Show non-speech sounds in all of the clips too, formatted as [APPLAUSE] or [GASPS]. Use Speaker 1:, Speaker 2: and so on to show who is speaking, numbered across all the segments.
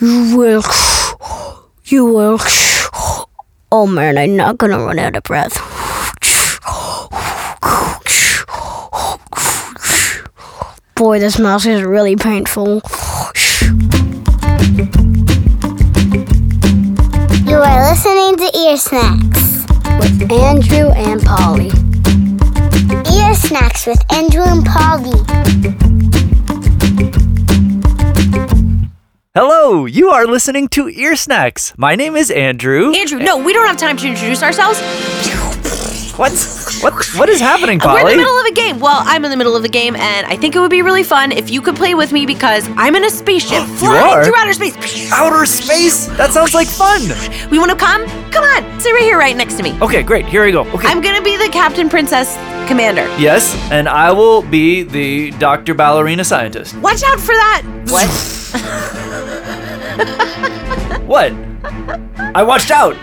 Speaker 1: You will. You will. Oh man, I'm not gonna run out of breath. Boy, this mouse is really painful.
Speaker 2: You are listening to Ear Snacks.
Speaker 1: With Andrew and Polly.
Speaker 2: Ear Snacks with Andrew and Polly.
Speaker 3: Hello, you are listening to Ear Snacks. My name is Andrew.
Speaker 4: Andrew, no, we don't have time to introduce ourselves.
Speaker 3: What? What? What is happening, Polly?
Speaker 4: We're in the middle of a game. Well, I'm in the middle of the game, and I think it would be really fun if you could play with me because I'm in
Speaker 3: [GASPS]
Speaker 4: a spaceship flying
Speaker 3: are?
Speaker 4: through outer space.
Speaker 3: Outer space? That sounds like fun.
Speaker 4: We want to come? Come on, sit right here, right next to me.
Speaker 3: Okay, great. Here we go. Okay.
Speaker 4: I'm gonna be the Captain Princess Commander.
Speaker 3: yes, and I will be the Dr. Ballerina Scientist.
Speaker 4: Watch out for that. What?
Speaker 3: What? I watched out.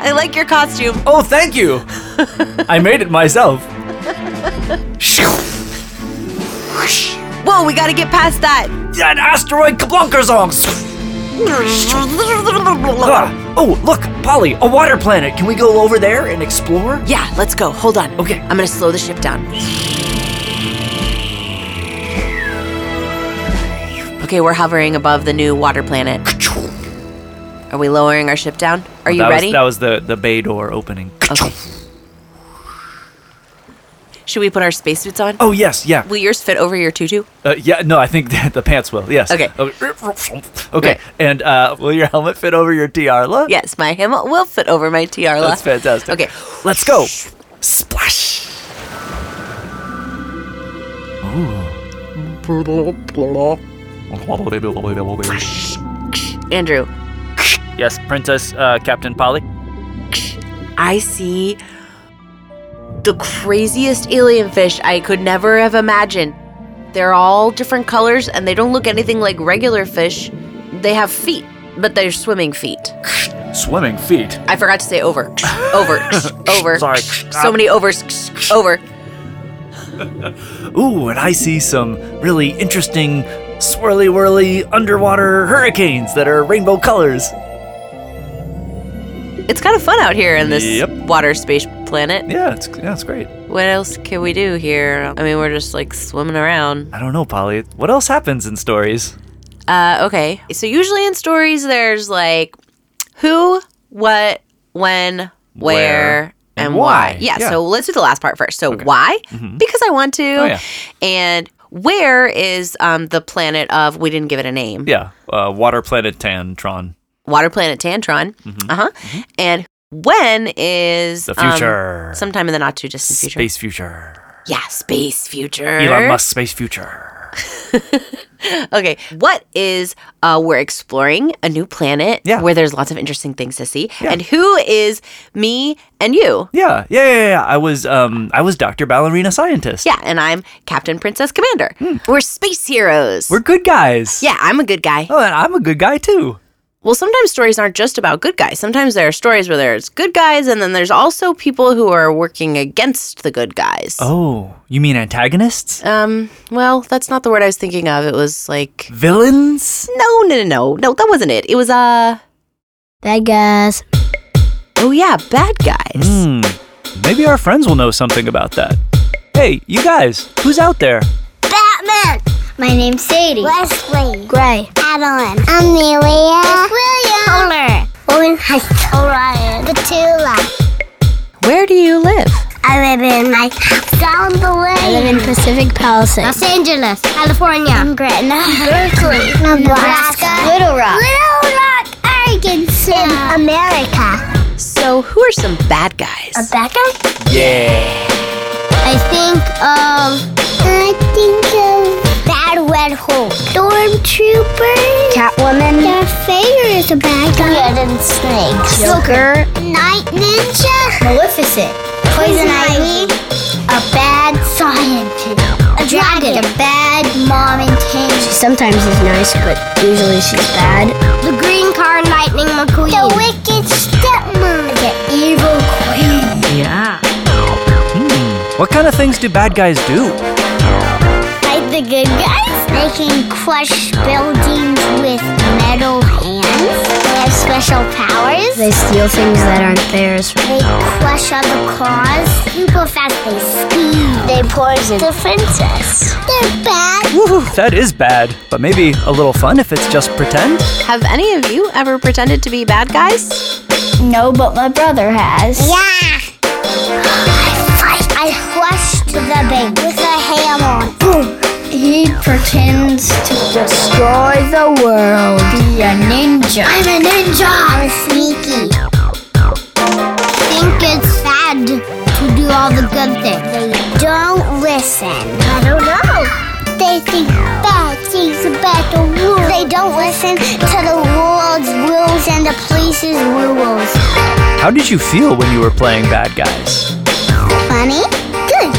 Speaker 4: I like your costume.
Speaker 3: Oh, thank you. I made it myself.
Speaker 4: Whoa, we gotta get
Speaker 3: [LAUGHS]
Speaker 4: past that.
Speaker 3: An asteroid kablunkers on. Oh, look, Polly, a water planet. Can we go over there and explore?
Speaker 4: Yeah, let's go. Hold on.
Speaker 3: Okay.
Speaker 4: I'm gonna slow the ship down. Okay, we're hovering above the new water planet. Are we lowering our ship down? Are you
Speaker 3: that
Speaker 4: ready?
Speaker 3: Was, that was the, the bay door opening.
Speaker 4: Okay. Should we put our spacesuits on?
Speaker 3: Oh, yes, yeah.
Speaker 4: Will yours fit over your tutu?
Speaker 3: Uh, yeah, no, I think [LAUGHS] the, the pants will. Yes.
Speaker 4: Okay.
Speaker 3: Okay. Okay. And uh, will your helmet fit over your tiara?
Speaker 4: Yes, my helmet will fit over my tiara.
Speaker 3: That's fantastic.
Speaker 4: Okay.
Speaker 3: Let's go. Splash. Ooh.
Speaker 4: Andrew,
Speaker 3: Yes, Princess uh, Captain Polly.
Speaker 4: I see the craziest alien fish I could never have imagined. They're all different colors and they don't look anything like regular fish. They have feet, but they're swimming feet.
Speaker 3: Swimming feet.
Speaker 4: I forgot to
Speaker 3: [LAUGHS]
Speaker 4: say over, over, over.
Speaker 3: Sorry. Uh,
Speaker 4: So many overs, over.
Speaker 3: Ooh, and I see some really interesting swirly whirly underwater hurricanes that are rainbow colors.
Speaker 4: It's kind of fun out here in this
Speaker 3: Yep.
Speaker 4: water space planet.
Speaker 3: Yeah, it's yeah, it's great.
Speaker 4: What else can we do here? I mean, we're just like swimming around.
Speaker 3: I don't know, Polly. What else happens in stories?
Speaker 4: Uh, okay. So usually in stories, there's like who, what, when, where,
Speaker 3: Where,
Speaker 4: and,
Speaker 3: and
Speaker 4: why.
Speaker 3: why.
Speaker 4: Yeah,
Speaker 3: Yeah. Mm-hmm. Oh,
Speaker 4: So let's do the last part first. So why? Because I want to.
Speaker 3: yeah.
Speaker 4: And where is um, the planet of? We didn't give it a name.
Speaker 3: Yeah, uh, water planet Tantron.
Speaker 4: Water planet Tantron. Uh huh. And when is
Speaker 3: Mm-hmm. The
Speaker 4: um,
Speaker 3: future.
Speaker 4: sometime in the not too distant future.
Speaker 3: Space future.
Speaker 4: Yeah, space future.
Speaker 3: Elon Musk space future.
Speaker 4: Okay, what is uh we're exploring a new planet
Speaker 3: Yeah.
Speaker 4: where there's lots of interesting things to see.
Speaker 3: Yeah.
Speaker 4: And who is me and you?
Speaker 3: Yeah, yeah, yeah, yeah. I was, um, I was Doctor Ballerina Scientist.
Speaker 4: Yeah, and I'm Captain Princess Commander. We're space heroes.
Speaker 3: Hmm. we're good guys.
Speaker 4: yeah, I'm a good guy.
Speaker 3: Oh, and I'm a good guy too.
Speaker 4: Well, sometimes stories aren't just about good guys. Sometimes there are stories where there's good guys and then there's also people who are working against the good guys.
Speaker 3: Oh, you mean antagonists?
Speaker 4: Um, well, that's not the word I was thinking of. It was like
Speaker 3: Villains?
Speaker 4: no, no, no, no. No, that wasn't it. It was uh
Speaker 1: Bad guys.
Speaker 4: oh yeah, bad guys.
Speaker 3: Hmm. Maybe our friends will know something about that. Hey, you guys, who's out there?
Speaker 2: Batman!
Speaker 1: My name's Sadie.
Speaker 2: Wesley!
Speaker 1: Gray.
Speaker 2: Adeline! Amelia! William! Homer! Owen Heights! Orion! Petula!
Speaker 4: Where do you live?
Speaker 2: I live in like down the way!
Speaker 1: I live in Pacific Palisades.
Speaker 2: Los Angeles, California, I'm Gretna, [LAUGHS] Berkeley, Nebraska, Little Rock, Little Rock, Arkansas, America.
Speaker 4: So, who are some bad guys?
Speaker 2: Becca?
Speaker 3: Yeah.
Speaker 2: I think of. I think of. Bad Red Hulk. Stormtrooper. Catwoman. Their favorite is a bad guy. Red and Snake. Joker. Night Ninja. Maleficent. Poison Ivy. A bad scientist. A dragon. A bad mom and king.
Speaker 1: Sometimes is nice, but usually she's bad.
Speaker 2: The green car lightning McQueen. The wicked stepmom. The evil queen.
Speaker 3: What kind of things do bad guys do?
Speaker 2: Fight the good guys? They can crush buildings with metal hands.
Speaker 5: They steal things that aren't theirs.
Speaker 2: They crush other cars. Super fast. They speed. They poison the princess. They're bad.
Speaker 3: Woohoo, that is bad, but maybe a little fun if it's just pretend.
Speaker 4: Have any of you ever pretended to be bad guys?
Speaker 5: No, but my brother has.
Speaker 2: Yeah. I fight. I crushed the bank with a hammer. Boom.
Speaker 5: He pretends to destroy the world. Be a ninja.
Speaker 2: I'm a ninja. I'm sneaky. Think it's bad to do all the good things. They don't listen. I don't know. They think bad things about the rules. They don't listen to the world's rules and the police's rules.
Speaker 3: How did you feel when you were playing bad guys?
Speaker 2: Funny? Good.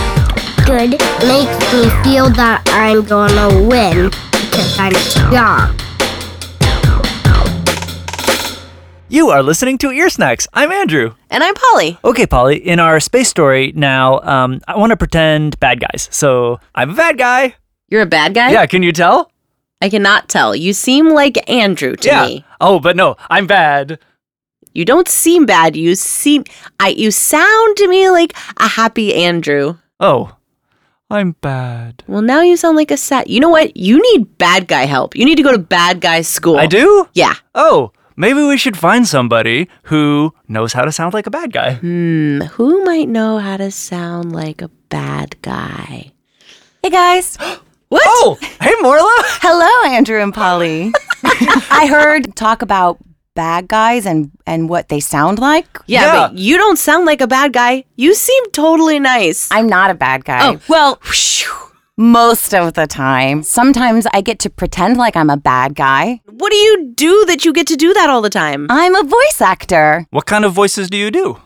Speaker 2: Good.
Speaker 5: Makes me feel that I'm gonna win because I'm strong.
Speaker 3: You are listening to Ear Snacks. I'm Andrew.
Speaker 4: And I'm Polly.
Speaker 3: Okay, Polly, in our space story now, um, I want to pretend bad guys. So I'm a bad guy.
Speaker 4: You're a bad guy?
Speaker 3: Yeah, can you tell?
Speaker 4: I cannot tell. You seem like Andrew to
Speaker 3: yeah.
Speaker 4: me.
Speaker 3: Oh, but no, I'm bad.
Speaker 4: You don't seem bad. You seem I you sound to me like a happy Andrew.
Speaker 3: Oh, I'm bad.
Speaker 4: Well, now you sound like a sad. You know what? You need bad guy help. You need to go to bad guy school.
Speaker 3: I do?
Speaker 4: Yeah.
Speaker 3: Oh, maybe we should find somebody who knows how to sound like a bad guy.
Speaker 4: Hmm. Who might know how to sound like a bad guy? Hey guys. what?
Speaker 3: Oh, hey, Morla.
Speaker 6: Hello, Andrew and Polly. I heard talk about bad guys and, and what they sound like.
Speaker 4: Yeah,
Speaker 3: Yeah.
Speaker 4: but you don't sound like a bad guy. You seem totally nice.
Speaker 6: I'm not a bad guy.
Speaker 4: oh, well,
Speaker 6: Most of the time. Sometimes I get to pretend like I'm a bad guy.
Speaker 4: what do you do that you get to do that all the time?
Speaker 6: I'm a voice actor.
Speaker 3: What kind of voices do you do?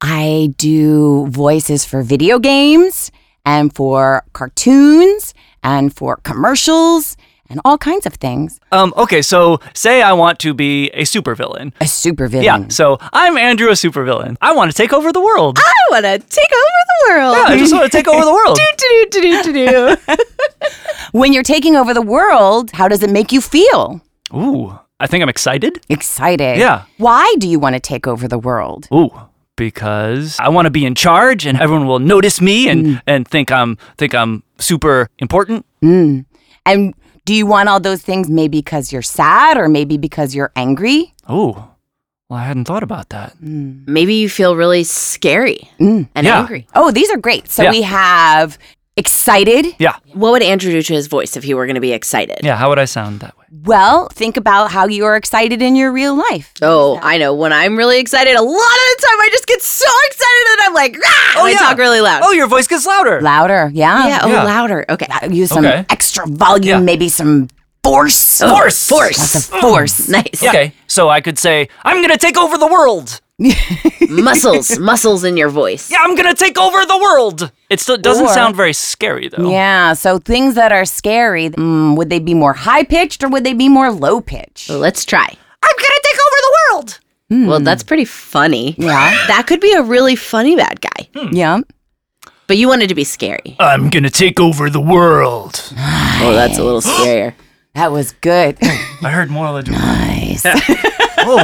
Speaker 6: I do voices for video games and for cartoons and for commercials and all kinds of things.
Speaker 3: Um, okay, so say I want to be a supervillain.
Speaker 6: A supervillain.
Speaker 3: Yeah, so I'm Andrew, a supervillain. I want to take over the world.
Speaker 4: I want to take over the world.
Speaker 3: Yeah, I just want to take
Speaker 4: [LAUGHS]
Speaker 3: over the world.
Speaker 4: Do-do-do-do-do-do.
Speaker 6: When you're taking over the world, how does it make you feel?
Speaker 3: Ooh, I think I'm excited.
Speaker 6: Excited.
Speaker 3: Yeah.
Speaker 6: Why do you want to take over the world?
Speaker 3: Ooh, because I want to be in charge, and everyone will notice me and
Speaker 4: Mm.
Speaker 3: and think I'm think I'm super important.
Speaker 6: And do you want all those things maybe because you're sad or maybe because you're angry?
Speaker 3: Ooh, well, I hadn't thought about that.
Speaker 4: Mm. Maybe you feel really scary and
Speaker 3: Mm, Yeah.
Speaker 4: angry.
Speaker 6: Oh, these are great. So
Speaker 3: Yeah.
Speaker 6: we have excited.
Speaker 3: Yeah,
Speaker 4: What would Andrew do to his voice if he were going to be excited?
Speaker 3: yeah. How would I sound that way?
Speaker 6: Well, think about how you are excited in your real life.
Speaker 4: Oh, I know. When I'm really excited, a lot of the time I just get so excited that I'm like, "Rah!" and I talk really loud.
Speaker 3: Oh, your voice gets louder.
Speaker 6: "Ah!" Louder. Yeah.
Speaker 4: yeah, oh,
Speaker 3: yeah.
Speaker 4: louder. Okay.
Speaker 6: Use some
Speaker 3: Okay.
Speaker 6: extra volume,
Speaker 3: Yeah.
Speaker 6: maybe some force.
Speaker 3: Force.
Speaker 6: Lots of
Speaker 4: Oh, Force.
Speaker 6: force.
Speaker 4: Nice.
Speaker 3: Okay, so I could say I'm gonna take over the world.
Speaker 4: [LAUGHS] muscles, muscles in your voice.
Speaker 3: Yeah, I'm gonna take over the world. It still doesn't sound very scary though.
Speaker 6: Yeah. So things that are scary, mm, would they be more high pitched or would they be more low pitched?
Speaker 4: Let's try.
Speaker 3: I'm gonna take over the world.
Speaker 4: Well,
Speaker 3: Mm.
Speaker 4: that's pretty funny.
Speaker 6: Yeah.
Speaker 4: That could be a really funny bad guy.
Speaker 3: Hmm.
Speaker 6: Yeah.
Speaker 4: But you wanted to be scary.
Speaker 3: I'm gonna take over the world.
Speaker 4: Oh, that's a little
Speaker 3: [GASPS]
Speaker 4: scarier.
Speaker 6: That was good. [LAUGHS]
Speaker 3: I heard Morla do.
Speaker 7: [LAUGHS]
Speaker 3: Nice. oh,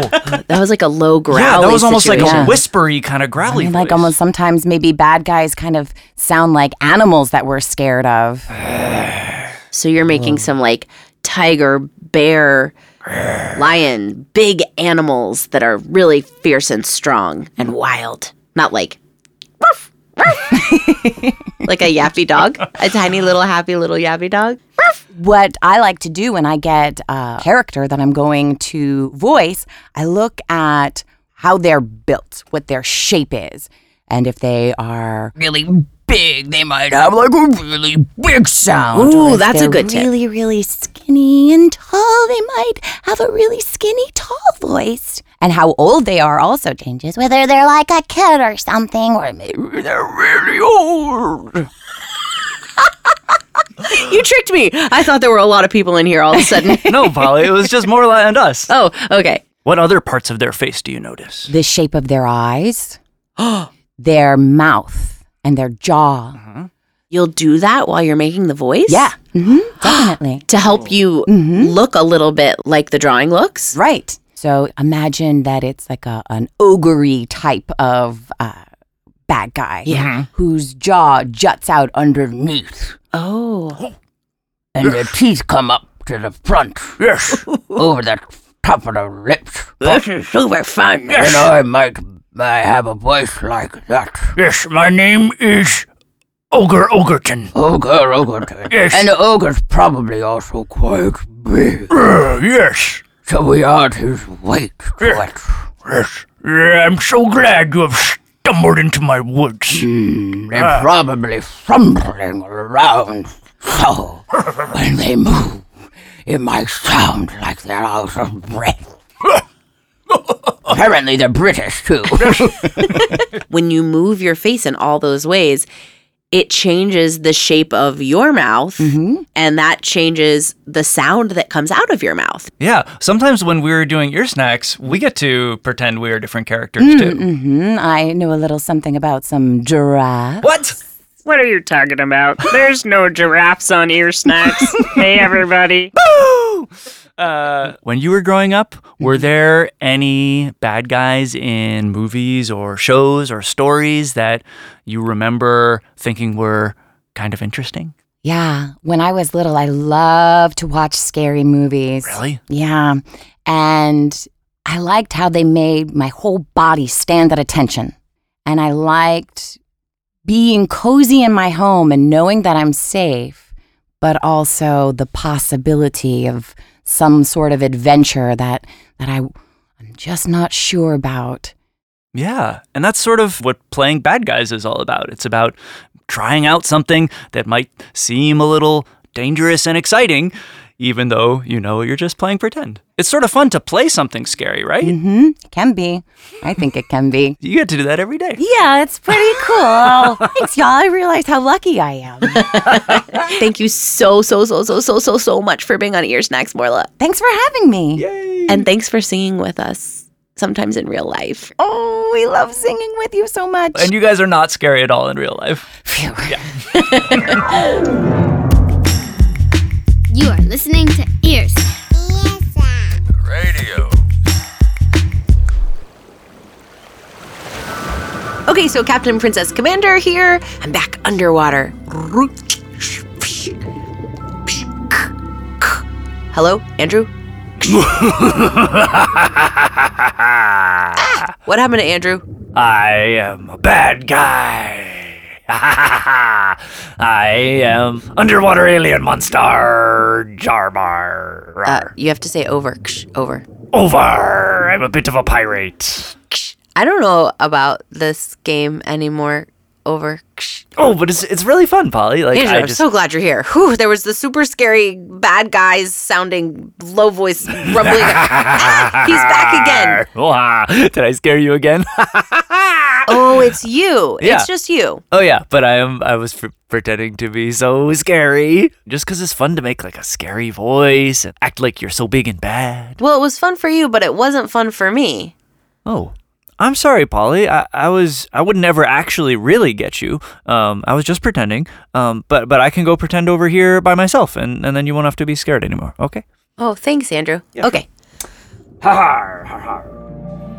Speaker 4: That was like a low growl.
Speaker 3: yeah, that was almost like a
Speaker 6: situation.
Speaker 3: whispery kind of growly
Speaker 6: And,
Speaker 3: voice.
Speaker 6: like almost [LAUGHS] sometimes maybe bad guys kind of sound like animals that we're scared of.
Speaker 4: So you're making
Speaker 3: Mm.
Speaker 4: some like tiger,
Speaker 3: [SIGHS]
Speaker 4: bear, lion, big animals that are really fierce and strong and wild. Not like "Ruff,
Speaker 3: [LAUGHS]
Speaker 4: ruff." like a yappy dog, a tiny little happy little yappy dog.
Speaker 6: What I like to do when I get a character that I'm going to voice, I look at how they're built, what their shape is. And if they are really big, they might have like a really big sound.
Speaker 4: Ooh,
Speaker 6: Or if
Speaker 4: that's a
Speaker 6: they're
Speaker 4: good tip.
Speaker 6: Really, really skinny and tall, they might have a really skinny, tall voice. And how old they are also changes, whether they're like a kid or something, or maybe they're really old.
Speaker 4: You tricked me. I thought there were a lot of people in here all of
Speaker 3: [LAUGHS]
Speaker 4: a sudden.
Speaker 3: no, Polly, it was just Morla and
Speaker 6: [LAUGHS]
Speaker 3: us.
Speaker 4: oh, okay.
Speaker 3: What other parts of their face do you notice?
Speaker 6: the shape of their eyes, their mouth, and their jaw.
Speaker 4: You'll do that while you're making the voice?
Speaker 6: Yeah, hmm definitely.
Speaker 3: Mm-hmm.
Speaker 4: To help you look a little bit like the drawing looks.
Speaker 6: Right. So imagine that it's like a, an ogre type of uh, bad guy
Speaker 3: Mm-hmm.
Speaker 6: whose jaw juts out underneath
Speaker 4: Oh.
Speaker 6: and the teeth come up to the front
Speaker 3: Yes.
Speaker 6: [LAUGHS] over the top of the lips.
Speaker 3: This
Speaker 6: is super fun. And I might, I have a voice like that.
Speaker 3: Yes, my name is Ogre Ogreton.
Speaker 6: Ogre, ogre.
Speaker 3: Yes.
Speaker 6: And the ogre's probably also quite big.
Speaker 3: Uh, yes.
Speaker 6: So we add his weight to it.
Speaker 3: Yes. Yeah, I'm so glad you have stumbled into my woods.
Speaker 6: They're
Speaker 3: Ah.
Speaker 6: probably fumbling around. So when they move, it might sound like they're out of
Speaker 3: [LAUGHS]
Speaker 6: breath. Apparently they're British too.
Speaker 4: When you move your face in all those ways, it changes the shape of your mouth and that changes the sound that comes out of your mouth.
Speaker 7: Yeah, sometimes when we're doing ear snacks, we get to pretend we are different characters too.
Speaker 6: Mm, I know a little something about some giraffe.
Speaker 7: What?
Speaker 8: What are you talking about? There's no giraffes on ear snacks. hey, everybody.
Speaker 7: Uh, when you were growing up, were there any bad guys in movies or shows or stories that you remember thinking were kind of interesting?
Speaker 6: Yeah, when I was little, I loved to watch scary movies.
Speaker 7: Really?
Speaker 6: Yeah, and I liked how they made my whole body stand at attention. And I liked being cozy in my home and knowing that I'm safe, but also the possibility of some sort of adventure that, that I, I'm just not sure about.
Speaker 7: Yeah, and that's sort of what playing bad guys is all about. It's about trying out something that might seem a little dangerous and exciting, even though you know you're just playing pretend. It's sort of fun to play something scary, right?
Speaker 6: hmm Can be. I think it can be.
Speaker 7: You get to do that every day.
Speaker 6: [LAUGHS] Yeah, it's pretty [LAUGHS] cool. Thanks, y'all. I realized how lucky I [LAUGHS] am.
Speaker 4: Thank you so, so, so, so, so, so, so much for being on Ear Snacks, Morla.
Speaker 6: Thanks for having me.
Speaker 4: And thanks for singing with us sometimes in real life.
Speaker 6: Oh, we love singing with you so much.
Speaker 7: And you guys are not scary at all in real life.
Speaker 6: Phew.
Speaker 2: You are listening to Ears.
Speaker 4: Okay, so Captain Princess Commander here. I'm back underwater. Hello, Andrew? Ah, what happened to Andrew?
Speaker 3: I am a
Speaker 7: [LAUGHS]
Speaker 3: bad guy. I am underwater alien monster Jarbar.
Speaker 4: Uh, you have to say over. Ksh, Over.
Speaker 3: Over. I'm a bit of a pirate.
Speaker 4: Ksh. I don't know about this game anymore. Over. Ksh.
Speaker 7: Oh, but it's it's really fun, Polly. Like
Speaker 4: Andrew,
Speaker 7: I
Speaker 4: I'm
Speaker 7: just
Speaker 4: so glad you're here. Whew, there was the super scary bad guys sounding low voice
Speaker 7: [LAUGHS]
Speaker 4: rumbling. ah, he's back again.
Speaker 7: Wah, did I scare you again? [LAUGHS]
Speaker 4: Oh, it's you.
Speaker 7: Yeah.
Speaker 4: It's just you.
Speaker 7: oh yeah, but I am I was f- pretending to be so scary just cuz it's fun to make like a scary voice and act like you're so big and bad.
Speaker 4: Well, it was fun for you, but it wasn't fun for me.
Speaker 7: Oh. I'm sorry, Polly. I, I was I would never actually really get you. Um, I was just pretending. Um, but but I can go pretend over here by myself, and, and then you won't have to be scared anymore. Okay.
Speaker 4: Oh, thanks, Andrew. Okay.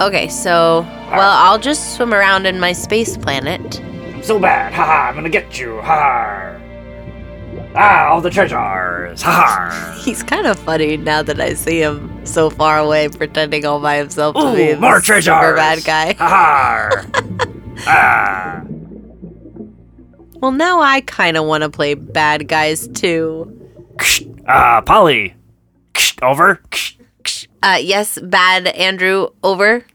Speaker 4: Okay, so, well, I'll just swim around in my space planet. [LAUGHS]
Speaker 3: So bad. Haha, I'm gonna get you. Haha. Ah, all the treasures. Haha.
Speaker 4: He's kind of funny now that I see him so far away, pretending all by himself to be
Speaker 3: Ooh,
Speaker 4: this
Speaker 3: more treasures.
Speaker 4: super bad guy.
Speaker 7: [LAUGHS]
Speaker 3: Haha. ah.
Speaker 4: Well, now I kind of want to play bad guys too.
Speaker 3: Ksh. Ah, Polly. Ksh. Over. Ksh.
Speaker 4: Uh, yes, bad Andrew, over.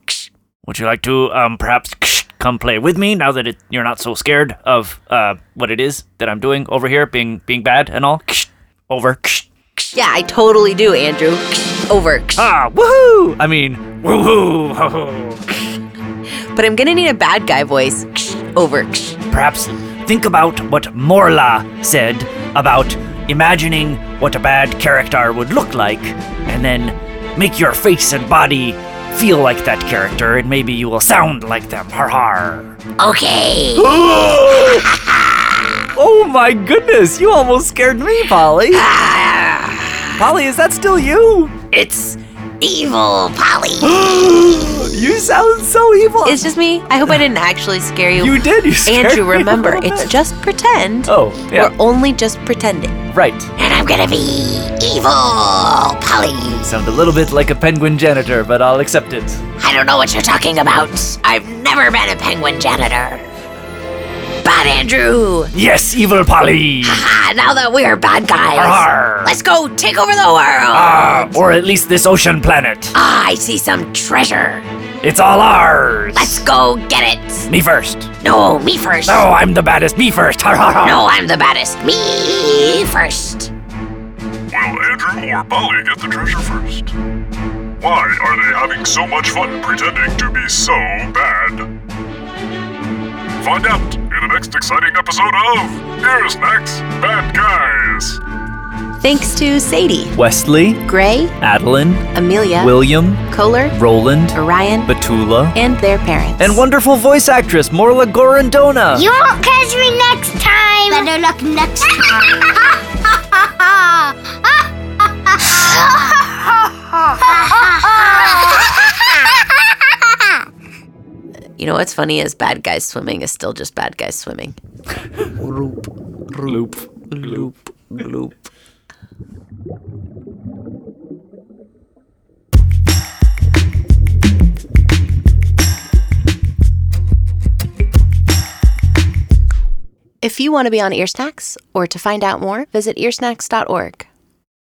Speaker 3: Would you like to um perhaps ksh, come play with me now that it, you're not so scared of uh what it is that I'm doing over here, being being bad and all? Ksh. Over. Ksh.
Speaker 4: Yeah, I totally do, Andrew. Over.
Speaker 3: Ah, woohoo! I mean, woohoo! [LAUGHS] ho, ho.
Speaker 4: But I'm gonna need a bad guy voice. Over.
Speaker 3: Perhaps think about what Morla said about imagining what a bad character would look like, and then make your face and body feel like that character, and maybe you will sound like them. Har har. [GASPS]
Speaker 2: Okay.
Speaker 7: Oh my goodness, you almost scared me, Polly. Polly, is that still you?
Speaker 2: It's
Speaker 6: evil, Polly.
Speaker 9: [GASPS]
Speaker 3: You sound so evil.
Speaker 4: It's just me. I hope I didn't actually scare you.
Speaker 3: you did. You scared
Speaker 4: Andrew,
Speaker 3: me a
Speaker 4: remember,
Speaker 3: little
Speaker 4: it's
Speaker 3: bit.
Speaker 4: just pretend.
Speaker 3: Oh, yeah,
Speaker 4: We're only just pretending.
Speaker 3: right.
Speaker 6: and I'm gonna be evil, Polly.
Speaker 3: Sound a little bit like a penguin janitor, but I'll accept it.
Speaker 6: I don't know what you're talking about. I've never been a penguin janitor. But Andrew,
Speaker 9: Yes, evil Polly!
Speaker 6: ah, now that we are bad guys,
Speaker 9: Arr.
Speaker 6: let's go take over the world.
Speaker 9: Ah, or at least this ocean planet.
Speaker 6: Ah, I see some treasure.
Speaker 9: It's all ours!
Speaker 6: Let's go get it.
Speaker 9: Me first.
Speaker 6: No, me first.
Speaker 3: Oh,
Speaker 9: No, I'm the baddest. Me first. Har, har, har.
Speaker 6: No, I'm the baddest. Me first.
Speaker 10: Will Andrew or Polly get the treasure first? Why are they having so much fun pretending to be so bad? Find out in the next exciting episode of Here's Next Bad Guys.
Speaker 4: Thanks to Sadie,
Speaker 3: Wesley,
Speaker 4: Gray,
Speaker 3: Adeline,
Speaker 4: Amelia,
Speaker 3: William,
Speaker 4: Kohler,
Speaker 3: Roland,
Speaker 4: Orion,
Speaker 3: Batula,
Speaker 4: and their parents.
Speaker 3: and wonderful voice actress Morla Gorondona.
Speaker 6: You won't catch me next time. Better luck next
Speaker 2: [LAUGHS]
Speaker 6: time.
Speaker 4: You know what's funny is bad guys swimming is still just bad guys swimming. If you want to be on Ear Snacks or to find out more, visit earsnacks.org.